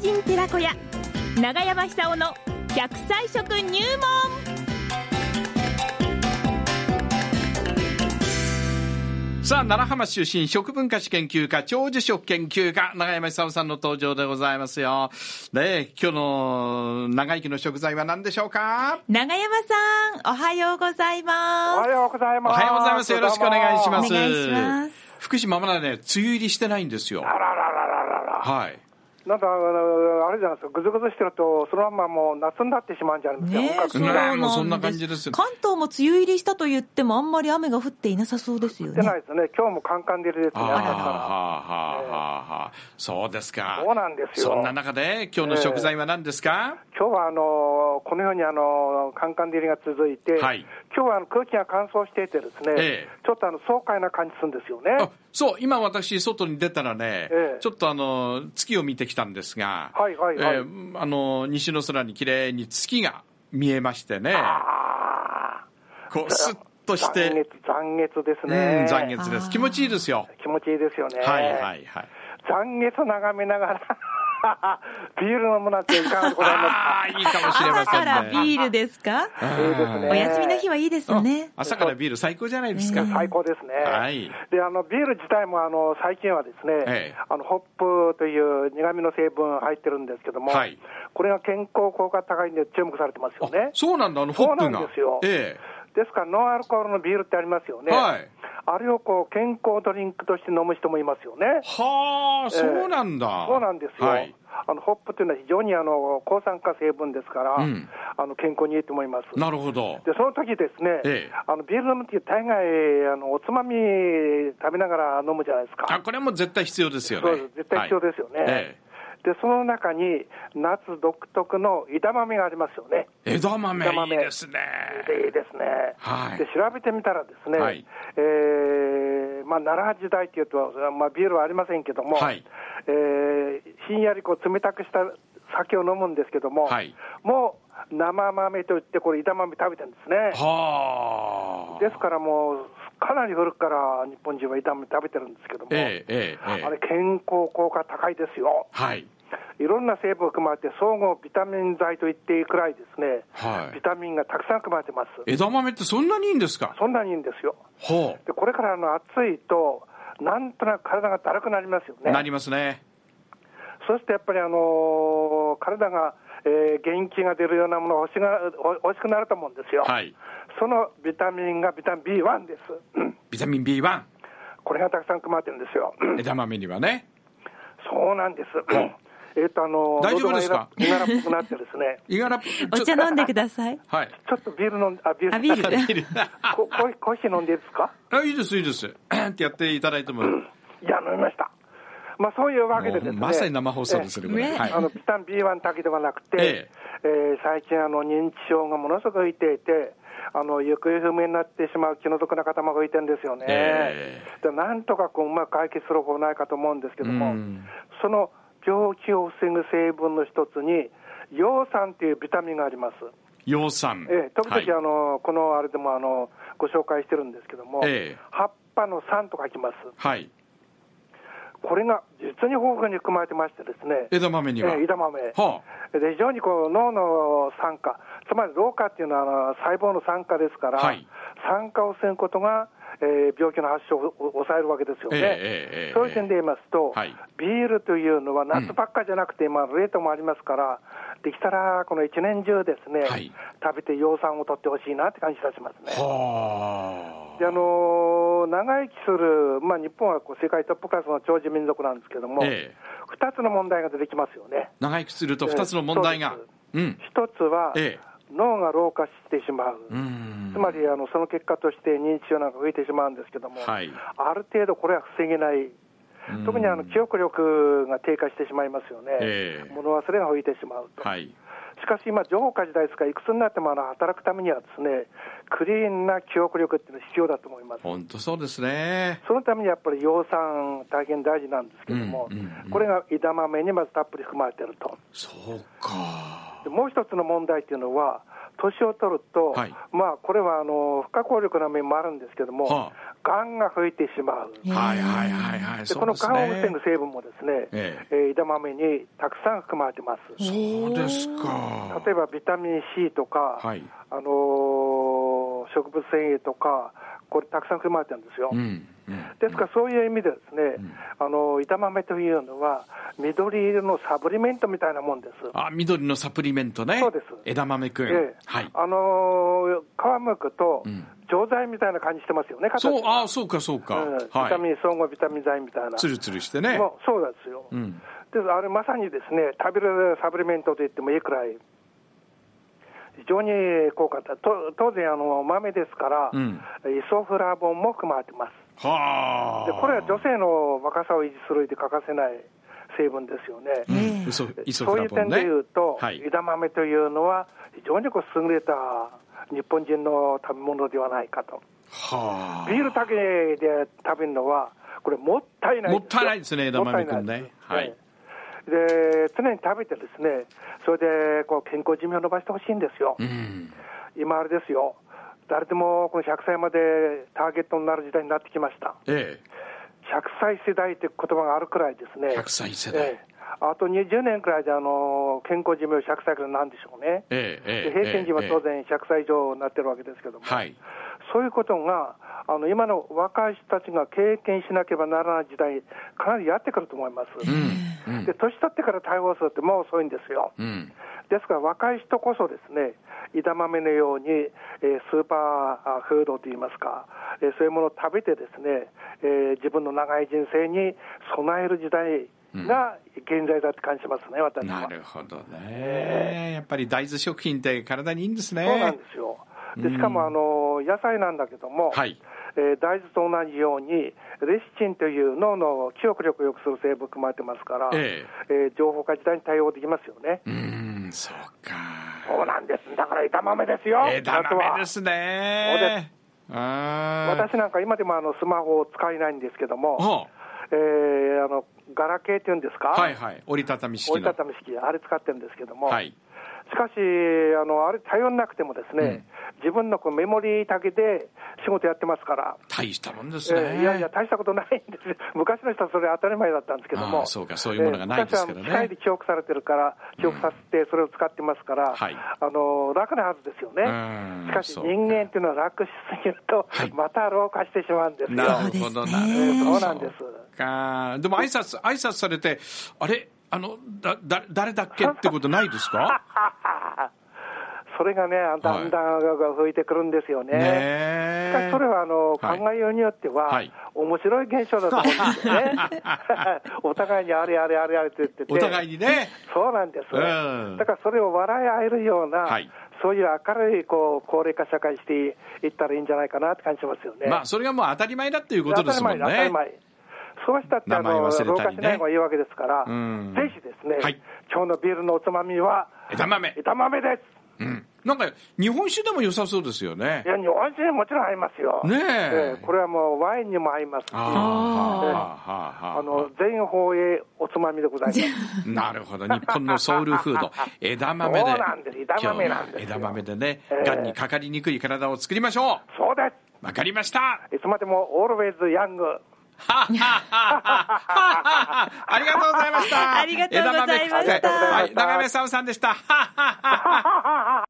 人寺子屋長山久夫の百歳食入門さあ、奈良浜出身、食文化史研究家、長寿食研究家、長山久夫さんの登場でございますよ。ねえ、今日の長生きの食材は何でしょうか長山さんおはようございおまはようございおます。はようございます。よろしくお願いします。お願いします福島まだね、梅雨入りしてないんですよ。あらららららら。はい。なんだ、あのあれじゃないですか、ぐずぐずしてると、そのまんまもう夏になってしまうんじゃないですすか、ねえそ本格う的にねなえんもでうすそんな感じですよ関東も梅雨入りしたと言ってもあんまり雨が降っていなさそうですよじゃねないですね、今日もカンカン照りですあね、ーはあ朝かはあはあはあそうですか。そうなんですよそんな中で、今日の食材は何ですか、ら。今日はあのこのようにあのカンカン照りが続いて、はい今日はあの空気が乾燥していてですええね、ちょっとあの爽快な感じするんですよねあ。そう、今私、外に出たらね、ええちょっとあの、月を見てきたんですが、はいはいはいええあの、西の空に綺麗に月が見えましてね、あこう、スッとあ、し残て月、、残月ですうん、ね。残月であす。ー気持ちいいですよ。気持ちいいですよね。はいはいはい。残月眺めながら ビール飲むなんていかがでございますか。ああー、いいかもしれま朝せんかね。らビールですかいいですね。お休みの日はいいですねあ朝からビール最高じゃないですか。うん最高ですね。はいで、あのビール自体もあの最近はですえね、えあのホップという苦味の成分入ってるんですけども、はいこれが健康効果高いんで注目されてますよあね。そうなんだ、あの、ホップが。そうなんですよえですからノンアルコールのビールってありますよえね。はい。あれをこう健康ドリンクとして飲む人もいますよね。はあ、そうなんだ。そうなんですよ。はい。あのホップというのは非常にあの抗酸化成分ですから、うんあの健康にいいと思います。なるほど。でその時ですね、ええあのビール飲む時大概あのおつまみ食べながら飲むじゃないですか。あ、これはもう絶対必要ですよね。そうです絶対必要ですよね。はいえでその中に夏独特の枝豆がありますよね。え枝豆、枝豆いいですね。でいいですね、はいで調べてみたらですね、はいえーまあ、奈良時代っていうと、まあ、ビールはありませんけども、はいえーひんやりこう冷たくした酒を飲むんですけども、はいもう生豆といって、これ枝豆食べてるんですね。はあ。ですからもう、かなり古くから日本人は炒め食べてるんですけども、ええええええあれ、健康効果高いですよ、はい。いろんな成分が含まれて、総合ビタミン剤といっていいくらいですね、はいビタミンがたくさん含まれてます、枝豆ってそんなにいいんですかそんなにいいんですよ、ほでこれからあの暑いと、なんとなく体がだるくなりますよう。なりね、ますね。そしてやっぱり、あのー体が、えー元気が出るようなものが欲しが欲しくなると思うんですよ、はい。そのビタミンがビタミン B1 です。 うんビタミン B1、これがたくさん含まれてるんですよ。枝豆にはね。そうなんです。えっと、あの、大丈夫ですか喉がいらいがらっぽくなってですね、いがら、お茶ちょ飲んでくださいはい。ちょっとビール飲んで、あ、ビールあビールで こコーヒーコーヒー飲んでいいですかあいいです、いいです。 ってやっていただいても、いや、飲みました。まあ、そういうわけでですもうね。まさに生放送ですね、これ。ねはえいえ。あの、ピタン B1 だけではなくて、ええー最近、あの、認知症がものすごく増いていて、あの、行方不明になってしまう気の毒な方も増いてるんですよね。えで、なんとかこう、うまく解決する方法ないかと思うんですけどうも、んその病気を防ぐ成分の一つに、葉酸っていうビタミンがあります。葉酸。ええ、時々、はいあのこのあれでもあのご紹介してるんですけども、ええ葉っぱの酸と書きます、はい。これが実に豊富に含まれてまして、ですね、枝豆にはええ。枝豆、はで非常にこう脳の酸化、つまり老化っていうのはあの細胞の酸化ですから、はい酸化を防ぐことが、えー病気の発症を抑えるわけですよね。ええええええそういう点で言いますと、はいビールというのは夏ばっかじゃなくて、今、冷凍もありますから、できたらこの一年中ですね、はい食べて葉酸を取ってほしいなって感じがしますあ。ね。はであのー長生きする、まあ、日本はこう世界トップクラスの長寿民族なんですけども、あ。二ええ。つの問題が出てきますよね。長生きすると2つの問題がええそう。うん。一つは、ええ。脳が老化してしまう、うんつまりあのその結果として認知症なんか増えてしまうんですけども、はいある程度これは防げない、特にあの記憶力が低下してしまいますよええね、物忘れが増えてしまうと、はい。しかし今、情報化時代ですから、いくつになってもあの働くためにはですね、クリーンな記憶力っていうのが必要だと思います。本当そうですね。そのためにやっぱり葉酸、大変大事なんですけども、うんうんうんこれが枝豆にまずたっぷり含まれてると。そうか。でもう一つの問題っていうのは、年を取ると、はいまあ、これはあの不可抗力な面もあるんですけども、はがんが増えてしまう。いはいはいはいはい。でそこうのですがんを防ねぐ。成分もですね、えええー枝豆にたくさん含まれてます。そうですか。例えばビタミン C とか、はいあのー植物繊維とか、これたくさん含まれてるんですよ。うんうん。ですからそういう意味でですね、あの枝豆というのは緑色のサプリメントみたいなもんです。あ、緑のサプリメントね。そうです枝豆くん。ええはい。あのー皮むくと錠剤みたいな感じしてますよね、形そう、あ、そうかそうか。うんビはタミい。ン総合ビタミン剤みたいな。つるつるしてね。もうそうなんですよ。うん。であれまさにですね食べるサプリメントと言ってもいいくらい非常に効果だと当然あの豆ですから、うんイソフラボンも含まれてますはあ。でこれは女性の若さを維持する上で欠かせない成分ですよね、うん。嘘、磯そうフラいうボ点ンでね言うと、はい。枝豆というのは非常にこう優れた日本人の食べ物ではないかとはビールだけで食べるのはこれもったいないもったいないですね枝豆くんねもったいないですはいで常に食べてですねそれでこう健康寿命を伸ばしてほしいんですよ、あ。うん。今あれですよ誰でもこの100歳までターゲットになる時代になってきましたえ100歳世代という言葉があるくらいですねえ。100歳世代え。えあと20年くらいであの健康寿命100歳くらいなんでしょうね、ええええで平均時はええ当然100歳以上になってるわけですけども、はい。そういうことが、あの今の若い人たちが経験しなければならない時代、かなりやってくると思います。うん。うんで年取ってから対応するってもう遅いんですよ。うん。ですから若い人こそですね、枝豆のように、えースーパーフードといいますか、えーそういうものを食べてですね、えー自分の長い人生に備える時代が現在だって感じますね、私は。なるほどね。やっぱり大豆食品って体にいいんですね。そうなんですよ。でしかもあの野菜なんだけども、はいえー大豆と同じように、レシチンという脳の記憶力を良くする成分含まれてますから、ええー情報化時代に対応できますよね。うん、そうか。そうなんです、だから枝豆ですよ、枝豆ですそうでね。あ夏は私なんか、今でもあのスマホを使えないんですけどあ。も、はえーあのガラケーっていうんですか、あはいはい。折りたたみ式の。折りたたみ式、あれ使ってるんですけども、はい。しかし、あのあれ、頼んなくてもですね、自分のこうメモリーだけで仕事やってますから。大したもんですね。えーいやいや、大したことないんですよ、 昔の人はそれ当たり前だったんですけどああも、そうかそういうものがないですからねえー昔は機械で記憶されてるから、記憶させて、それを使ってますから、はいあの楽なはずですよね、うんしかしそうか人間っていうのは楽しすぎると、はいまた老化してしまうんですよ、なるほど、なるほど。そうなんですそうか。でも挨拶、挨拶されて、あれあの、だ、だ、誰だっけってことないですか それがね、だんだん増えてくるんですよね。ねしかえし。それはあの、はい考えようによっては、はい面白い現象だと思うんです よね。 お互いにあれあれあれあれって言ってて、お互いにね。そうなんです、うんだからそれを笑い合えるような、はいそういう明るいこう高齢化社会していったらいいんじゃないかなって感じますよね。まあ、それがもう当たり前だっていうことですもんね。当たり前、当たり前。そうしたって、あ名前忘の、れたりね老化しない方がいいわけですから、うんぜひですね、はい今日のビールのおつまみは、枝豆。枝豆です。うん。なんか、日本酒でも良さそうですよねい。や、日本酒にもちろん合いますよ。ねええこれはもうワインにも合いますし、ああ、はあ、はあ、あはの全方位おつまみでございます。あ。なるほど。日本のソウル フード。枝豆で。そうなんです枝豆なんですよ今日は枝豆でねえ、え癌にかかりにくい体を作りましょそうでう。わかりました。す。いつまでもオールウェイズヤング。ははははありがとうございました。ありがとうございました枝豆くんはい、長山久夫さんでした。はははは。